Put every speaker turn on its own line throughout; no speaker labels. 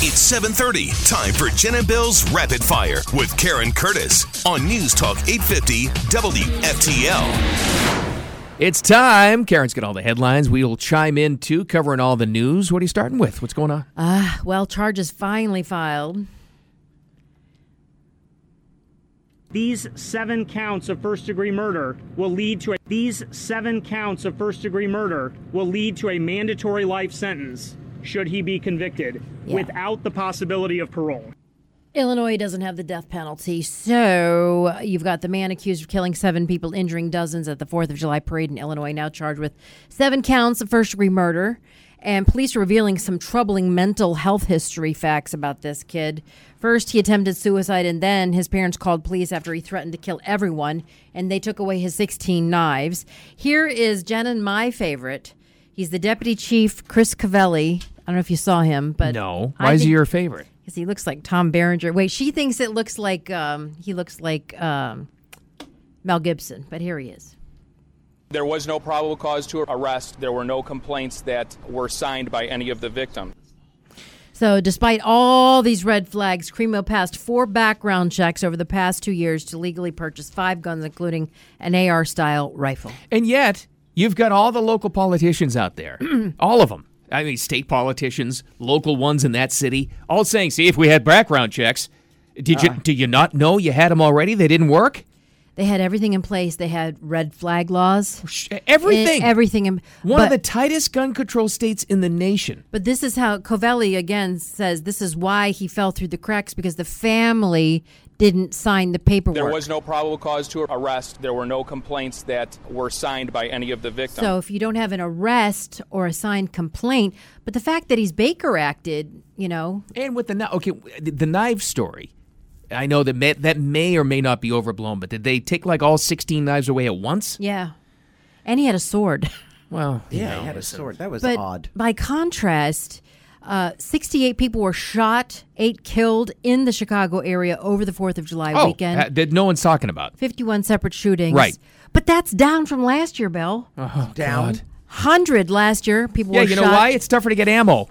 It's 7:30. Time for Jen and Bill's Rapid Fire with Karen Curtis on News Talk 850 WFTL.
It's time. Karen's got all the headlines. We will chime in too, covering all the news. What are you starting with? What's going
Uh,
on?
Ah, Well, charges finally filed.
These seven counts of first-degree murder will lead to a, these seven counts of first-degree murder will lead to a mandatory life sentence should he be convicted
Yeah.
without the possibility of parole.
Illinois doesn't have the death penalty, so you've got the man accused of killing seven people, injuring dozens at the 4th of July parade in Illinois, now charged with seven counts of first degree murder. And police revealing some troubling mental health history facts about this kid. First, he attempted suicide, and then his parents called police after he threatened to kill everyone, and they took away his 16 knives. Here is Jen and my favorite. He's the deputy chief, Chris Cavelli. I don't know if you saw him, but
No.
I
Why is he
think-
your favorite?
because he looks like Tom Berenger. Wait, she thinks it looks like um, he looks like um, Mel Gibson, but here he is.
There was no probable cause to arrest. There were no complaints that were signed by any of the victims.
So, despite all these red flags, Cremo passed four background checks over the past two years to legally purchase five guns, including an AR-style rifle.
And yet, you've got all the local politicians out there, all of them. I mean, state politicians, local ones in that city, all saying, "See, if we had background checks, did
Uh.
you do you not know you had them already? They didn't work.
They had everything in place. They had red flag laws.
Oh, Sh- E, Everything,
Eh, everything. In,
One of
but-
the tightest gun control states in the nation.
But this is how Covelli again says this is why he fell through the cracks because the family didn't sign the paperwork.
There was no probable cause to arrest. There were no complaints that were signed by any of the victims.
So if you don't have an arrest or a signed complaint, but the fact that he's Baker acted, you know,
And with the knife, okay, the, the knife story. I know that may, that may or may not be overblown, but did they take like all 16 knives away at once?
yeah. And he had a sword.
Well,
Yeah, he had a sword. That was
But
odd.
by contrast, uh, 68 people were shot, eight killed in the Chicago area over the 4th of July
oh,
weekend.
uh, that no one's talking about.
51 separate shootings.
Right.
But that's down from last year, Bill.
Down.
100 last year, people
Yeah,
were
you know
shot.
why? It's tougher to get ammo.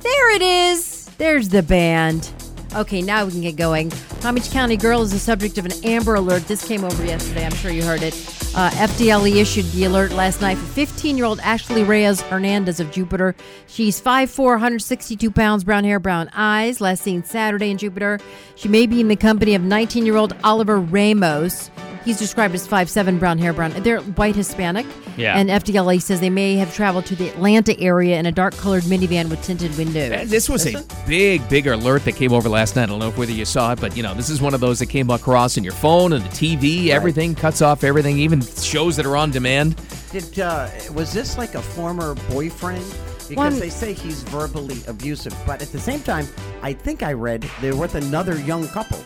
There it is. There's the band. Okay, now we can get going. Palm Beach County girl is the subject of an Amber Alert. This came over yesterday. I'm sure you heard it. Uh, FDLE issued the alert last night for 15-year-old Ashley Reyes Hernandez of Jupiter. She's 5'4", 162 pounds, brown hair, brown eyes. Last seen Saturday in Jupiter. She may be in the company of 19-year-old Oliver Ramos. He's described as 5'7", brown hair, brown. They're white Hispanic.
Yeah.
And FDLE says they may have traveled to the Atlanta area in a dark colored minivan with tinted
Uh,
windows.
This was a big, big alert that came over last night. I don't know if whether you saw it, but you know, this is one of those that came across on your phone and the TV. Everything cuts off everything, even shows that are on demand.
Did uh, was this like a former boyfriend? Because
One-
they say he's verbally abusive, but at the same time, I think I read they're with another young couple.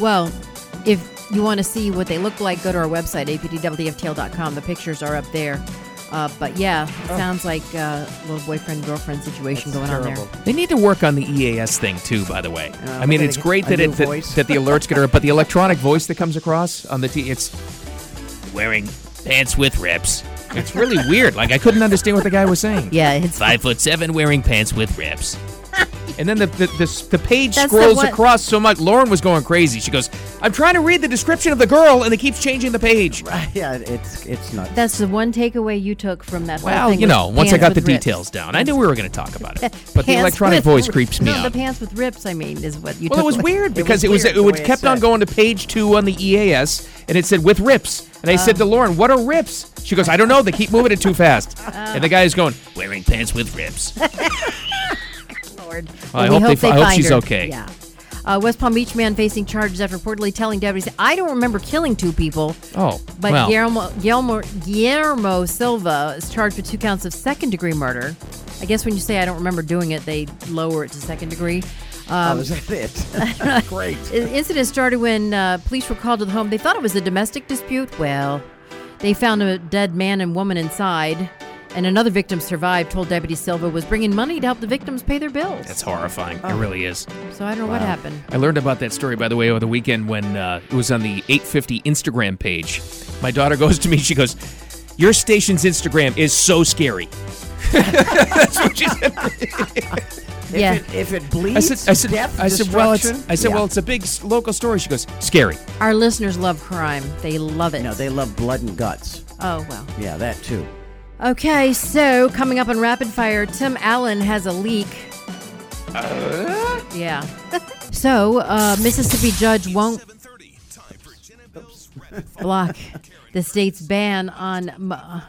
Well, if you want to see what they look like, go to our website, apdwftl.com. The pictures are up there. Uh, but yeah, it
Oh.
sounds like uh, a little boyfriend girlfriend situation going
Terrible.
on there.
They need to work on the EAS thing too, by the way.
Oh,
I mean,
okay,
it's great
a
that
new
it that,
voice.
that the alerts get her, but the electronic voice that comes across on the t it's wearing pants with rips. It's really weird. Like I couldn't understand what the guy was saying.
Yeah, it's
Five foot seven, wearing pants with rips. And then the the, the, the page
That's the
scrolls
one-
across so much. Lauren was going crazy. She goes, "I'm trying to read the description of the girl, and it keeps changing the page."
yeah, it's it's nuts.
that's the one takeaway you took from that. whole
Well,
thing
you
was
know, once I
pants
got the
with rips.
details down, I knew we were going to talk about it. But the
Pants
electronic
with-
voice creeps me
no,
out.
The pants with rips, I mean, is what you
Well, it
took
was
away.
weird
was
because it was it,
weird the
would
way it
kept on
said.
going to page two on the EAS, and it said with rips. And I said
Oh.
to Lauren, "What are rips?" She goes, "I don't know. They keep moving it too fast."
Oh.
And the guy is going, "Wearing pants with rips."
Lord.
I
Well, we
hope they- I hope
find
she's
her.
okay.
Yeah. Uh, West Palm Beach man facing charges after reportedly telling deputies, "I don't remember killing two people."
Oh,
but
well.
Guillermo, Guillermo Guillermo Silva is charged with two counts of second-degree murder. I guess when you say I don't remember doing it, they lower it to second degree. Uh,
oh, is that it? great.
The incident started when uh, police were called to the home. They thought it was a domestic dispute. Well, they found a dead man and woman inside, and another victim survived. Told deputy Silva was bringing money to help the victims pay their bills.
That's horrifying.
Oh.
It really is.
so I don't know what happened.
I learned about that story, by the way, over the weekend when uh, it was on the 850 Instagram page. My daughter goes to me, she goes, Your station's Instagram is so scary. That's what she said.
It If
Yeah.
it, if it bleeds,
I said, I said,
death,
I said, well, it's,
destruction-
I said,
Yeah.
well, it's a big s- local story. She goes, scary.
Our listeners love crime. They love it.
No, they love blood and guts.
oh, well.
Yeah, that too.
Okay, so coming up in rapid fire, Tim Allen has a leak.
Uh?
Yeah. so, uh, Mississippi judge won't
7:30, time for Jen and Bill's Rapid Fire.
block the state's ban on m- uh,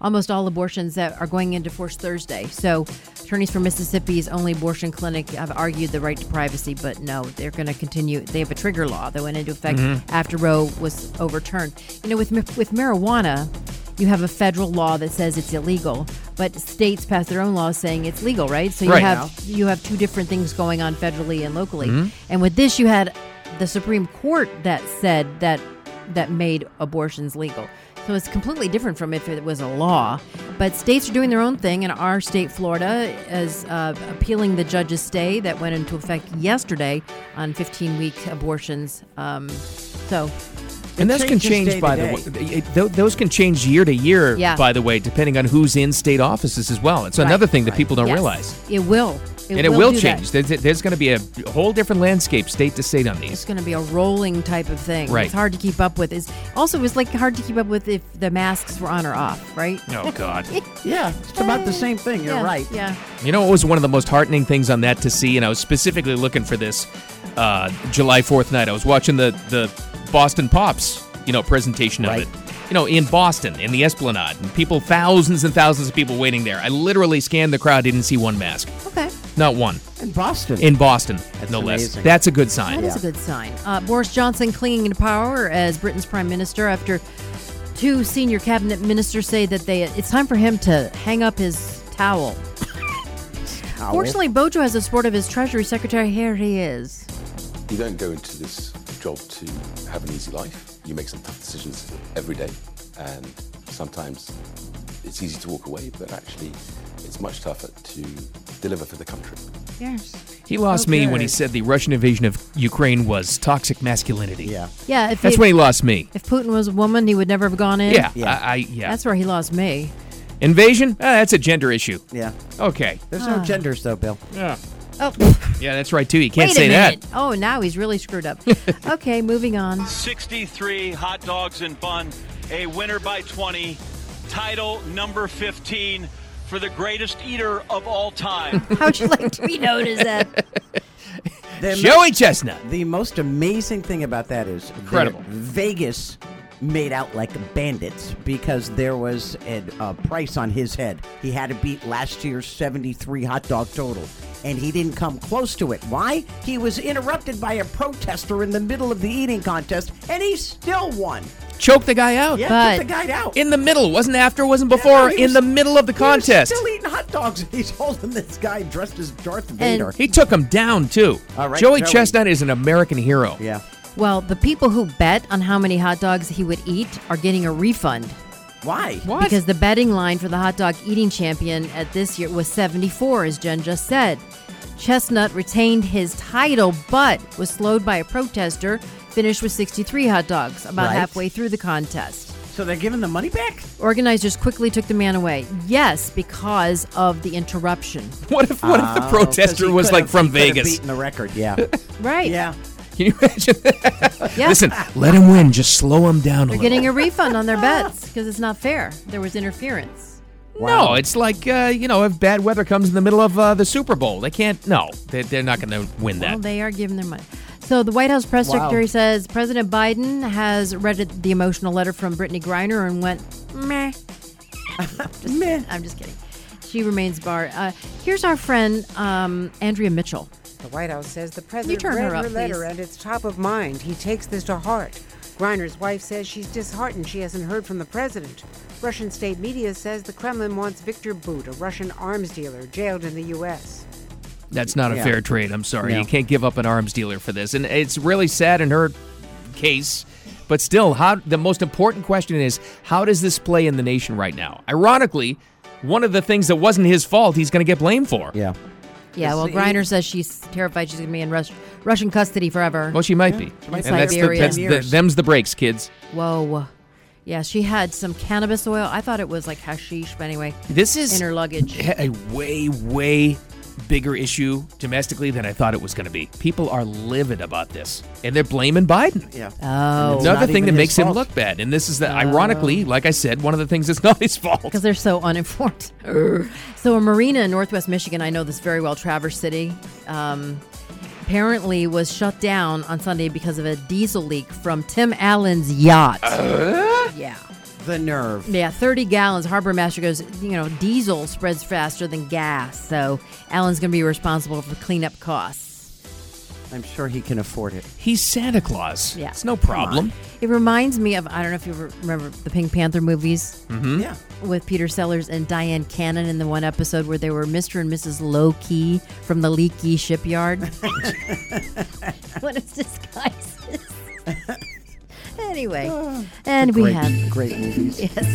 almost all abortions that are going into force Thursday. So, attorneys for Mississippi's only abortion clinic have argued the right to privacy, but no, they're going to continue. They have a trigger law that went into effect after Roe was overturned. You know, with ma- with marijuana, you have a federal law that says it's illegal, but states pass their own laws saying it's legal, right? So you
Right.
have you have two different things going on federally and locally.
Mm-hmm.
And with this, you had the Supreme Court that said that that made abortions legal. So it's completely different from if it was a law. But states are doing their own thing, and our state, Florida, is uh, appealing the judge's stay that went into effect yesterday on 15-week abortions. Um, so
And those can
changes
change
day
by
to
the way.
day.
it- tho- Those can change year to year,
Yeah.
by the way, depending on who's in state offices as well. It's another thing that people don't
yes,
realize.
it will,
and it will
do that.
change. There's, there's going to be a whole different landscape state to state on
it's
these.
going to be a rolling type of thing.
Right.
It's hard to keep up with. Is also it was like hard to keep up with if the masks were on or off, right?
Oh, God.
Yeah, it's about the same thing. You're
yeah,
right.
Yeah.
You know, it was one of the most heartening things on that to see, and I was specifically looking for this uh, July 4th night. I was watching the, the Boston Pops, you know, presentation
Right.
of it. You know, in Boston, in the Esplanade, and people, thousands and thousands of people waiting there. I literally scanned the crowd, didn't see one mask.
Okay.
Not one.
In Boston.
In Boston, no
amazing.
less. That's a good
that is
sign.
a good sign. Uh, Boris Johnson clinging to power as Britain's prime minister after two senior cabinet ministers say that they it's time for him to hang up his towel.
Owl.
Fortunately, Bojo has the support of his Treasury Secretary. Here he is.
You don't go into this job to have an easy life. You make some tough decisions every day, and sometimes it's easy to walk away, but actually, it's much tougher to deliver for the country.
Yes.
He lost me when he said the Russian invasion of Ukraine was toxic masculinity.
Yeah.
Yeah. If
That's
it-
when he lost me.
if Putin was a woman, he would never have gone in.
Yeah.
Yeah.
I, I, yeah.
That's where he lost me.
Invasion? Ah, that's a gender issue.
Yeah.
Okay.
There's
Ah.
no genders, though, Bill.
Oh.
Yeah, that's right, too. You can't
Wait
say
a
that.
minute. Oh, now he's really screwed up. okay, moving on.
63 hot dogs and bun, a winner by 20, title number 15 for the greatest eater of all time.
How would you like to be known as that?
The,
Joey Chestnut.
the most amazing thing about that is that
Incredible.
Vegas made out like bandits because there was a, a price on his head. He had to beat last year's 73 hot dog total. And he didn't come close to it. Why? He was interrupted by a protester in the middle of the eating contest, and he still won.
Choke the guy out.
Yeah,
But-
took the guy out.
In the middle. Wasn't after, wasn't
Yeah,
before.
he
in
was-
the middle of the
he was
contest.
still eating hot dogs. He's holding this guy dressed as Darth Vader.
He took him down, too.
All right,
Joey,
Joey.
Chestnut is an American hero.
yeah.
Well, the people who bet on how many hot dogs he would eat are getting a refund
Why?
What?
because the betting line for the hot dog eating champion at this year was 74, as Jen just said. Chestnut retained his title, but was slowed by a protester. Finished with 63 hot dogs about
Right.
halfway through the contest.
So they're giving the money back?
Organizers quickly took the man away. Yes, because of the interruption.
What if what if the
Oh, Because he
protester was
could've-
like from
he could've
Vegas?
Beaten the record, yeah,
Right.
yeah.
Can you imagine?
Yeah.
Listen, let him win. Just slow him down a
Oh,
They're
little.
getting a refund on their bets because it's not fair. There was interference.
No, it's like uh, you know, if bad weather comes in the middle of uh, the Super Bowl, they can't. No, they're, they're not going to win that.
Well, they are giving their money. So the White House press
Wow.
secretary says President Biden has read it- the emotional letter from Brittany Griner and went meh. Just- I'm just kidding. She remains barred. Uh, here's our friend um, Andrea Mitchell.
The White House says the
you
president
turn
read
her up,
letter
please?
and it's top of mind. He takes this to heart. Griner's wife says she's disheartened she hasn't heard from the president. Russian state media says the Kremlin wants Victor Bout, a Russian arms dealer, jailed in the U.S.
That's not a
Yeah.
fair trade. I'm sorry.
No.
You can't give up an arms dealer for this. And it's really sad in her case. But still, how the most important question is how does this play in the nation right now? Ironically, one of the things that wasn't his fault, he's going to get blamed for.
yeah.
Yeah, well, Griner says she's terrified she's going to be in Rus- Russian custody forever.
Well, she might be.
might
and that's, the,
Siberia.
that's the, them's the breaks, kids.
Whoa. Yeah, she had some cannabis oil. I thought it was like hashish, but anyway,
This is
in her luggage.
a way, way bigger issue domestically than I thought it was going to be. People are livid about this, and they're blaming Biden.
Yeah.
Oh.
It's
Another
not
thing that
even his
makes him
fault.
look bad, and this is that, ironically, like I said, one of the things that's not his fault.
because they're so uninformed. so a marina in Northwest Michigan, I know this very well, Traverse City, um, apparently was shut down on Sunday because of a diesel leak from Tim Allen's yacht. Yeah.
The nerve.
Yeah, 30 gallons. Harbor Master goes, you know, diesel spreads faster than gas. So Allen's going to be responsible for cleanup costs.
I'm sure he can afford it.
He's Santa Claus.
Yeah.
It's no problem.
It reminds me of, I don't know if you re- remember the Pink Panther movies.
Hmm?
Yeah.
with Peter Sellers and Diane Cannon in the one episode where they were Mr. and Mrs. Lowkey from the leaky shipyard. what is disguises? anyway, and we
great,
have
great movies.
yes.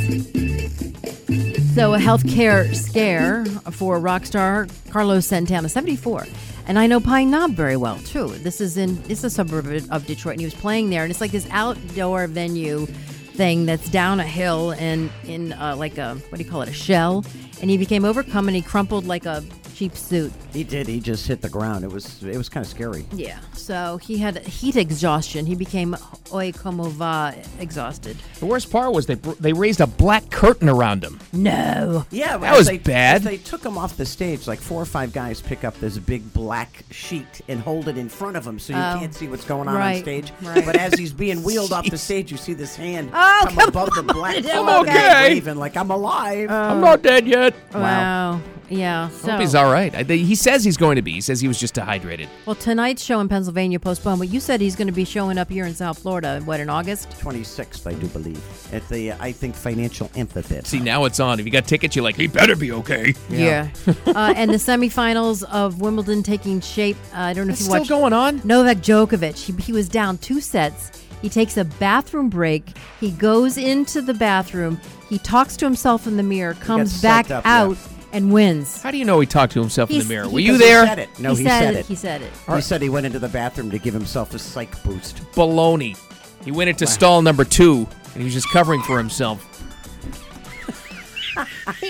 So a healthcare scare for rock star Carlos Santana, 74. And I know Pine Knob very well too. This is in it's a suburb of Detroit, and he was playing there, and it's like this outdoor venue thing that's down a hill and in uh, like a what do you call it a shell, and he became overcome and he crumpled like a cheap suit.
He did. He just hit the ground. It was it was kind of scary.
Yeah. So he had heat exhaustion. He became oi como va exhausted.
The worst part was they br- they raised a black curtain around him.
No.
Yeah, but
That
as
was
they,
bad.
as They took him off the stage. Like four or five guys pick up this big black sheet and hold it in front of him, so you can't see what's going on
Oh. Right,
on stage.
right.
But as he's being wheeled off the stage, you see this hand
Oh,
come,
come
above the black
I'm
flag,
okay.
waving like I'm alive.
Oh,
I'm not dead yet.
Oh,
Wow. Yeah. So.
Hope he's all right. I, they, he says he's going to be. He says he was just dehydrated.
Well, tonight's show in Pennsylvania postponed, but you said he's going to be showing up here in South Florida, what, in August?
26th, I do believe, at the uh, I think financial amphitheater.
See, now it's on. If you got tickets, you're like, he better be okay.
Yeah. uh, and the semifinals of Wimbledon taking shape. Uh, I don't know
That's
if you
still
watched.
going on?
Novak Djokovic. He, he was down two sets. He takes a bathroom break. He goes into the bathroom. He talks to himself in the mirror, comes
gets
back
sucked up, yeah.
out, and wins.
How do you know he talked to himself in
He's-
the mirror?
he-
Were you
Because he
there?
said it. No, he,
said,
said
He said it.
He said he went into the bathroom to give himself a psych boost.
Baloney. He went into stall number two, and he was just covering for himself.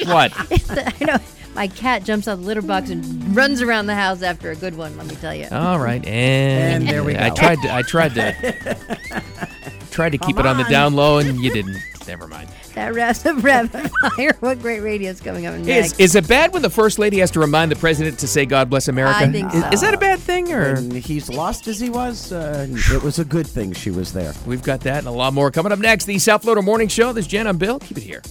what?
I know. My cat jumps out of the litter box and runs around the house after a good one, let me tell you.
All right, and,
And there we
I
go.
tried to. I tried to. tried to keep it
Come
on the
on.
down low, and you didn't. Never mind.
That wraps up rapid fire. What great radio is coming up next?
Is, is it bad when the first lady has to remind the president to say "God bless America"?
I think
Is-
so.
is that a bad thing, or
And he's lost as he was. Uh, it was a good thing she was there.
We've got that and a lot more coming up next. The South Florida Morning Show. This is Jen. I'm Bill. Keep it here.